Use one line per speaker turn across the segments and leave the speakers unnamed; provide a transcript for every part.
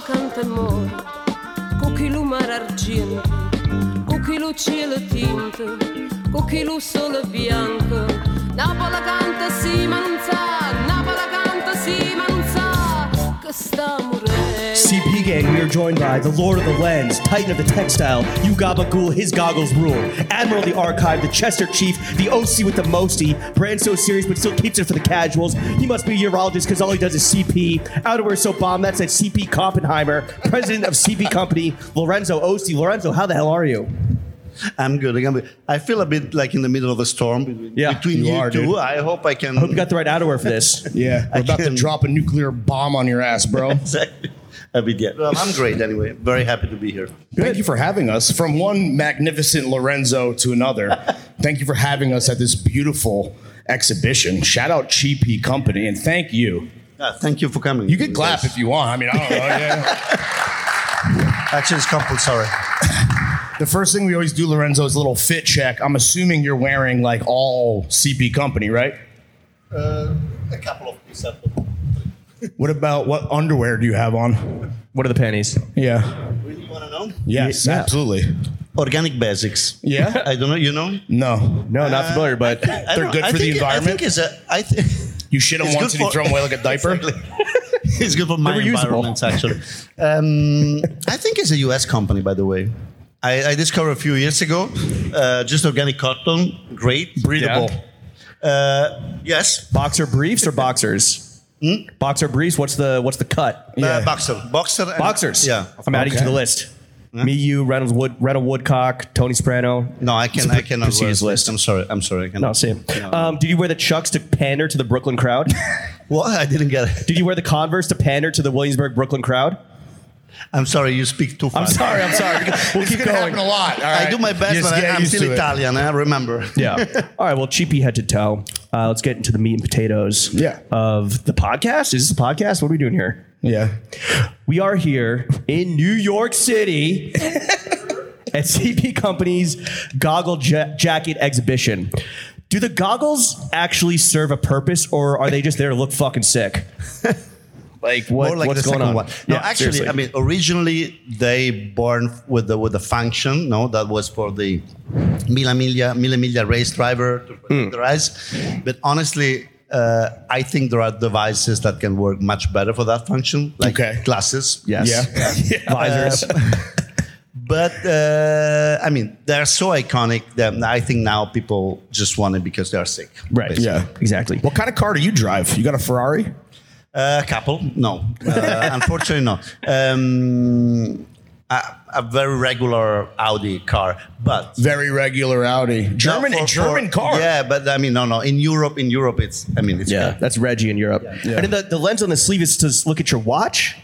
temor Cu chi lumar argint Cu chi lucie la tintă Cu chi lu sole biancă Napola canta si manza Napola canta si manza Că sta murendo
CP Gang, we are joined by the Lord of the Lens, Titan of the Textile, Yugaba Ghoul, his goggles rule, Admiral of the Archive, the Chester Chief, the OC with the mosty, brand so serious but still keeps it for the casuals. He must be a urologist because all he does is CP. Outerwear so bomb, that's at CP Oppenheimer, president of CP Company, Lorenzo OC. Lorenzo, how the hell are you?
I'm good. I'm good. I feel a bit like in the middle of a storm between,
Yeah,
between
you
you,
are,
two.
dude.
I hope I can.
Hope you got the right outerwear for this.
Yeah,
I
we're about
can-
to drop a nuclear bomb on your ass, bro.
exactly. A bit yet. Well, I'm great anyway. Very happy to be here.
Thank you for having us. From one magnificent Lorenzo to another, thank you for having us at this beautiful exhibition. Shout out Cheapy Company and thank you.
Yeah, Uh, thank you for coming.
You can clap if you want. I mean, I don't know. Yeah.
Actually, it's compulsory.
the first thing we always do, Lorenzo, is a little fit check. I'm assuming you're wearing like all CP Company, right?
Uh, a couple of pieces.
What about what underwear do you have on?
What are the panties?
Yeah.
Really want to know?
Yes,
Yeah.
absolutely.
Organic basics.
Yeah.
I don't know. You know?
No.
No, not familiar, but
Uh, I
They're
don't-
good
I
for the
think- I
environment?
think it's a. I think.
You shit them
It's
once
good
and you
for-
throw them away like a diaper.
It's good for my
were usable.
environment, actually. Um, I think it's a U.S. company, by the way. I, I discovered a few years ago, uh, just organic cotton, great,
Breathable.
Uh, yes,
boxer briefs or boxers? Boxer briefs. What's the what's the cut?
uh, boxer, boxer, and-
Boxers.
Yeah,
I'm adding you to
Okay.
the list. Me, you, Reynolds Wood, Reynolds Woodcock, Tony Soprano.
no, I can, I cannot
proceed
wear
his
this.
list.
I'm sorry, I'm sorry. I cannot.
No, same. Um, did you wear the Chucks to pander to the Brooklyn crowd?
Well, I didn't get it.
did you wear the Converse to pander to the Williamsburg Brooklyn crowd?
I'm sorry. You speak too
I'm
fast.
sorry. I'm sorry. We'll keep going.
Happen a lot. all
I
right?
do my best,
Just
but I,
get
I'm
used
still
to it.
Italian. I remember.
Yeah. All right. Well, cheapy head to toe. Uh, let's get into the meat and potatoes.
Yeah.
Of the podcast. Is this a podcast? What are we doing here?
Yeah.
We are here in New York City at CP Company's Goggle ja- Jacket Exhibition. Do the goggles actually serve a purpose, or are they just there to look fucking sick? like what,
More like
what's
the
going
second
on?
one. No, actually,
seriously.
I mean, originally they born f- with the with the function. No, that was for the Mila Miglia Mila Miglia race driver to
Hmm.
protect the race. But honestly, uh, I think there are devices that can work much better for that function, like
Okay.
glasses.
yes,
Yeah.
visors.
But uh, I mean, they're so iconic that I think now people just want it because they are sick.
right.
basically.
Yeah. Exactly.
What kind of car do you drive? You got a Ferrari?
A couple, no. Uh, unfortunately, no. Um, a, a very regular Audi car, but
Very regular Audi. German
No, for-
German
for-
car.
Yeah, but I mean, no, no. In Europe, in Europe, it's. I mean, it's.
yeah, that's Reggie in Europe.
Yeah.
And then the, the lens on the sleeve is to s- look at your watch.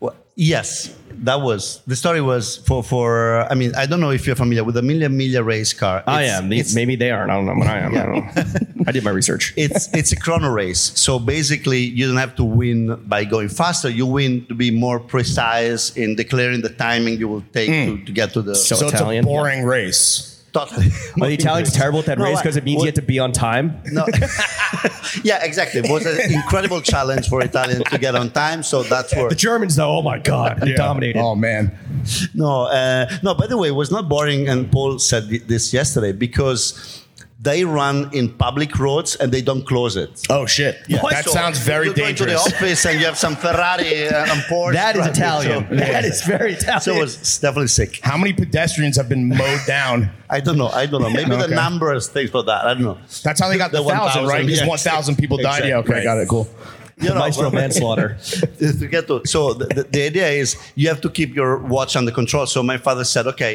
Well, Yes, that was the story. Was for for. I mean, I don't know if you're familiar with the Miglia Miglia race car.
I
It's-
am.
It's,
Maybe they aren't. I don't know, but I am. I, don't know. I did my research.
it's it's a chrono race. So basically, you don't have to win by going faster. You win to be more precise in declaring the timing you will take
Hmm.
to, to get to the
So-
So
Italian.
it's a boring race.
totally.
Are the Italians terrible at that
No,
race
I-
because it means
what-
you have to be on time?
No. yeah, exactly. It was an incredible challenge for Italian to get on time. So that's where
The Germans, though, oh my God, they
Yeah.
dominated.
Oh man.
No, uh, no. By the way, it was not boring, and Paul said thi- this yesterday because they run in public roads and they don't close it.
Oh shit.
Yeah.
That
So
sounds very
you're going
dangerous.
to the office and you have some Ferrari and Porsche.
that is
driving,
Italian.
So,
That is very Italian.
so it was definitely sick.
How many pedestrians have been mowed down?
I don't know. I don't know. Maybe
Okay.
the numbers things for that. I don't know.
That's how they got the, thousand, right? Because one thousand people died. Yeah, okay,
I
got it. Cool.
You know,
Maestro manslaughter.
to get to. So the, the, the idea is you have to keep your watch under control. So my father said, okay,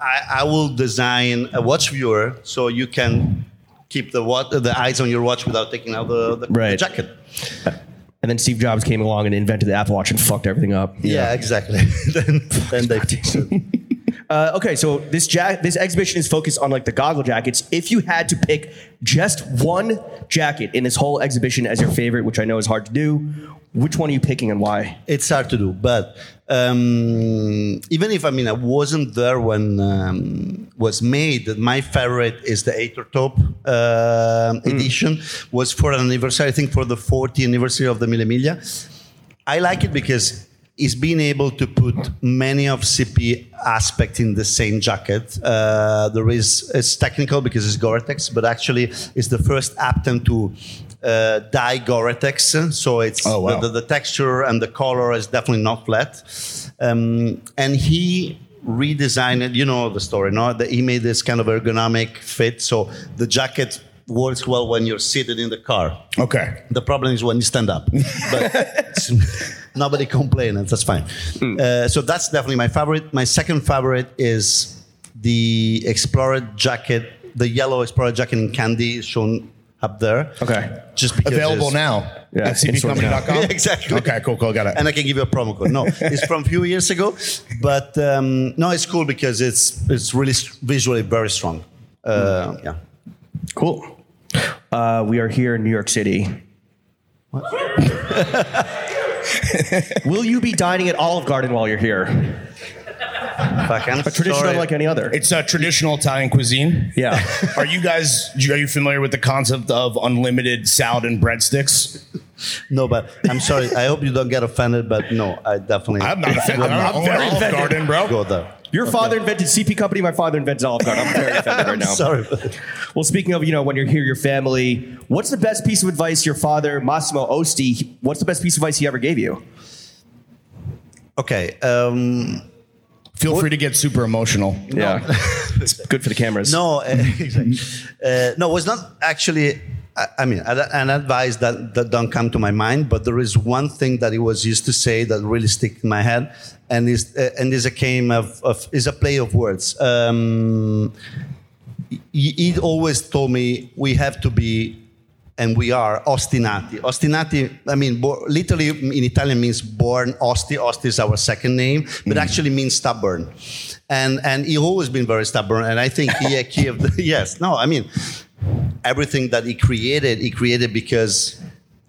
I, I will design a watch viewer so you can keep the wat- the eyes on your watch without taking out the, the, the
Right.
jacket.
And then Steve Jobs came along and invented the Apple Watch and fucked everything up.
Yeah, exactly. then, then they fix it.
Uh, okay, so this ja- this exhibition is focused on like the goggle jackets. If you had to pick just one jacket in this whole exhibition as your favorite, which I know is hard to do, which one are you picking and why?
It's hard to do, but um, even if I mean I wasn't there when um, was made, my favorite is the Aethertop um edition. Was for an anniversary, I think, for the 40th anniversary of the Mille Miglia. I like it because is being able to put many of CP aspect in the same jacket. Uh, there is it's technical because it's Gore-Tex, but actually it's the first Aptem to uh, dye Gore-Tex, so it's
Oh, wow.
the, the, the texture and the color is definitely not flat. Um, and he redesigned it. You know the story, no? That he made this kind of ergonomic fit, so the jacket works well when you're seated in the car.
Okay.
The problem is when you stand up. But nobody complains. That's fine.
Hmm.
Uh, so that's definitely my favorite. My second favorite is the Explorer jacket, the yellow Explorer jacket in candy shown up there.
Okay.
Just because
Available
it's-
now
Yeah,
at
it's right now.
cpcompany.com.
Exactly.
Okay, cool, cool. Got it.
And I can give you a promo code. No, it's from a few years ago, but um, no, it's cool because it's it's really s- visually very strong. Uh,
Hmm.
yeah.
Cool. Uh, we are here in New York City. Will you be dining at Olive Garden while you're here?
Back end
A tradition
story.
unlike any other.
it's a traditional Italian cuisine.
yeah.
Are you guys? Are you familiar with the concept of unlimited salad and breadsticks?
No, but I'm sorry. I hope you don't get offended, but no, I definitely.
I'm not offended. I'm, I'm very offended. Garden, bro.
Go there.
Your father invented CP Company. My father invented Olive Garden. I'm very offended right now.
Sorry. but-
Well, speaking of, you know, when you're here, your family, what's the best piece of advice your father, Massimo Osti, what's the best piece of advice he ever gave you?
Okay. Um,
Feel free to get super emotional.
Yeah. it's good for the cameras.
no, uh, exactly. Uh, no, it was not actually. I, I mean, an an advice that that don't come to my mind, but there is one thing that he was used to say that really stick in my head, and is uh, and is a game of, of is a play of words. Um, he, he always told me we have to be and we are ostinati ostinati i mean bo- literally in italian means born osti osti is our second name but actually means stubborn and and he always been very stubborn and i think he, he yes no i mean everything that he created he created because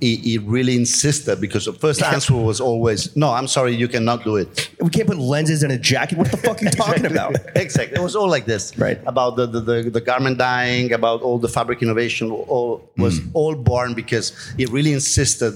he, he really insisted because the first answer was always no i'm sorry you cannot do it
We can't put lenses in a jacket. What the fuck are you talking about?
exactly. It was all like this.
Right.
About the, the, the, the garment dyeing, about all the fabric innovation, all was
Mm.
all born because he really insisted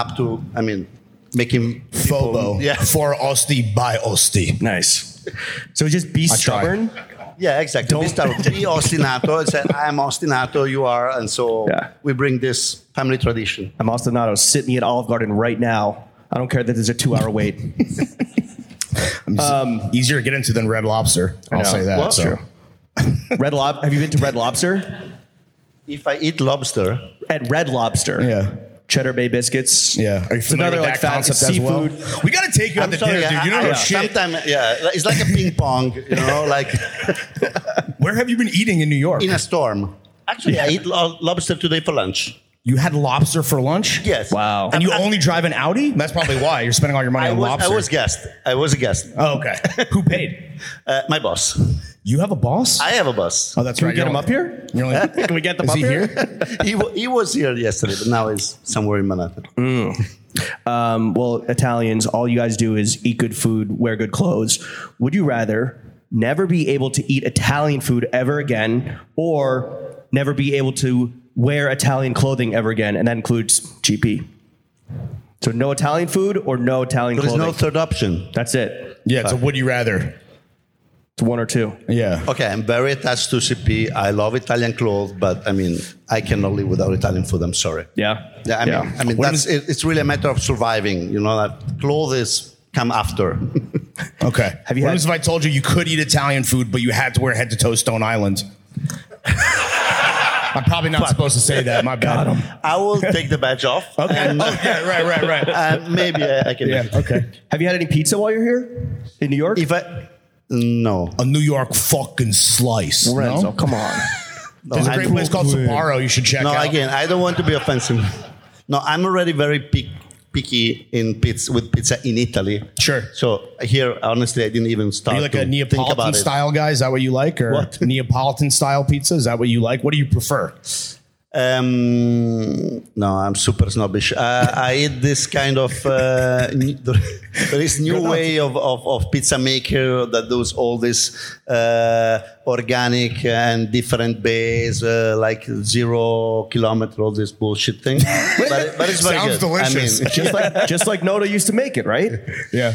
up to, I mean, making people-
Fobo.
Yeah.
For Osti by Osti.
Nice. So just be
I tried.
stubborn.
Yeah, exactly. We start with be ostinato and say, I am ostinato, you are. And so
Yeah.
we bring this family tradition.
I'm Ostinato. Sit me at Olive Garden right now. I don't care that there's a two hour wait.
Easier to get into than Red Lobster. I'll
know.
say that.
Well,
so.
true. Red Lob. Have you been to Red Lobster?
If I eat lobster,
At Red Lobster.
Yeah.
Cheddar Bay biscuits.
Yeah. Are you
It's
familiar
another
with
like
that
fat
concept as well?
seafood.
We got to take you out to dinner, dude. You don't know shit.
Sometimes, yeah, it's like a ping pong, you know, like
Where have you been eating in New York?
in a storm. Actually, I eat lo- lobster today for lunch.
you had lobster for lunch?
Yes.
Wow.
And you only drive an Audi? That's probably why you're spending all your money
I
on
was, I
lobster.
was guest. I was a guest.
oh, okay. Who paid?
Uh, my boss.
You have a boss?
I have a boss.
oh, that's
Can
right.
we get
You're
him
only-
up here?
You're only,
Can we get them
Is
up
he
here?
here?
he, wa- he was here yesterday, but now he's somewhere in Manhattan.
Um, well, Italians, all you guys do is eat good food, wear good clothes. Would you rather never be able to eat Italian food ever again, or never be able to wear Italian clothing ever again? And that includes GP. So no Italian food or no Italian
There is
clothing.
no third option.
That's it.
Yeah, it's a would you rather.
It's one or two.
Yeah.
Okay, I'm very attached to CP. I love Italian clothes, but I mean, I cannot live without Italian food. I'm sorry.
Yeah.
Yeah, I mean, I mean
What
that's, it, it's really a matter of surviving. You know, that clothes come after.
Okay.
Have you
what
had-
happens if I told you you could eat Italian food, but you had to wear head to toe Stone Island? I'm probably not supposed to say that. My bad.
I will take the badge off.
Okay.
And,
oh, yeah, right, right, right.
uh, maybe I, I can.
Yeah. Okay.
Have you had any pizza while you're here in New York?
If I. No.
A New York fucking slice.
Lorenzo,
no?
come on.
There's a
I
great
don't
place called
do it.
Sapporo you should check
No,
out.
again, I don't want to be offensive. No, I'm already very pic- picky in pizza with pizza in Italy.
Sure.
So here, honestly, I didn't even
Are
start.
you like
to
a
think about
Neapolitan
it.
style guy? Is that what you like? Or
What?
Neapolitan style pizza? Is that what you like? What do you prefer?
Um, no, I'm super snobbish. Uh, I eat this kind of uh, n- there is new way of, of, of pizza maker that does all this uh, organic and different base, uh, like zero kilometer, all this bullshit thing. But, but it's very
Sounds
good. I mean,
delicious.
just like just like Noda used to make it, right?
Yeah.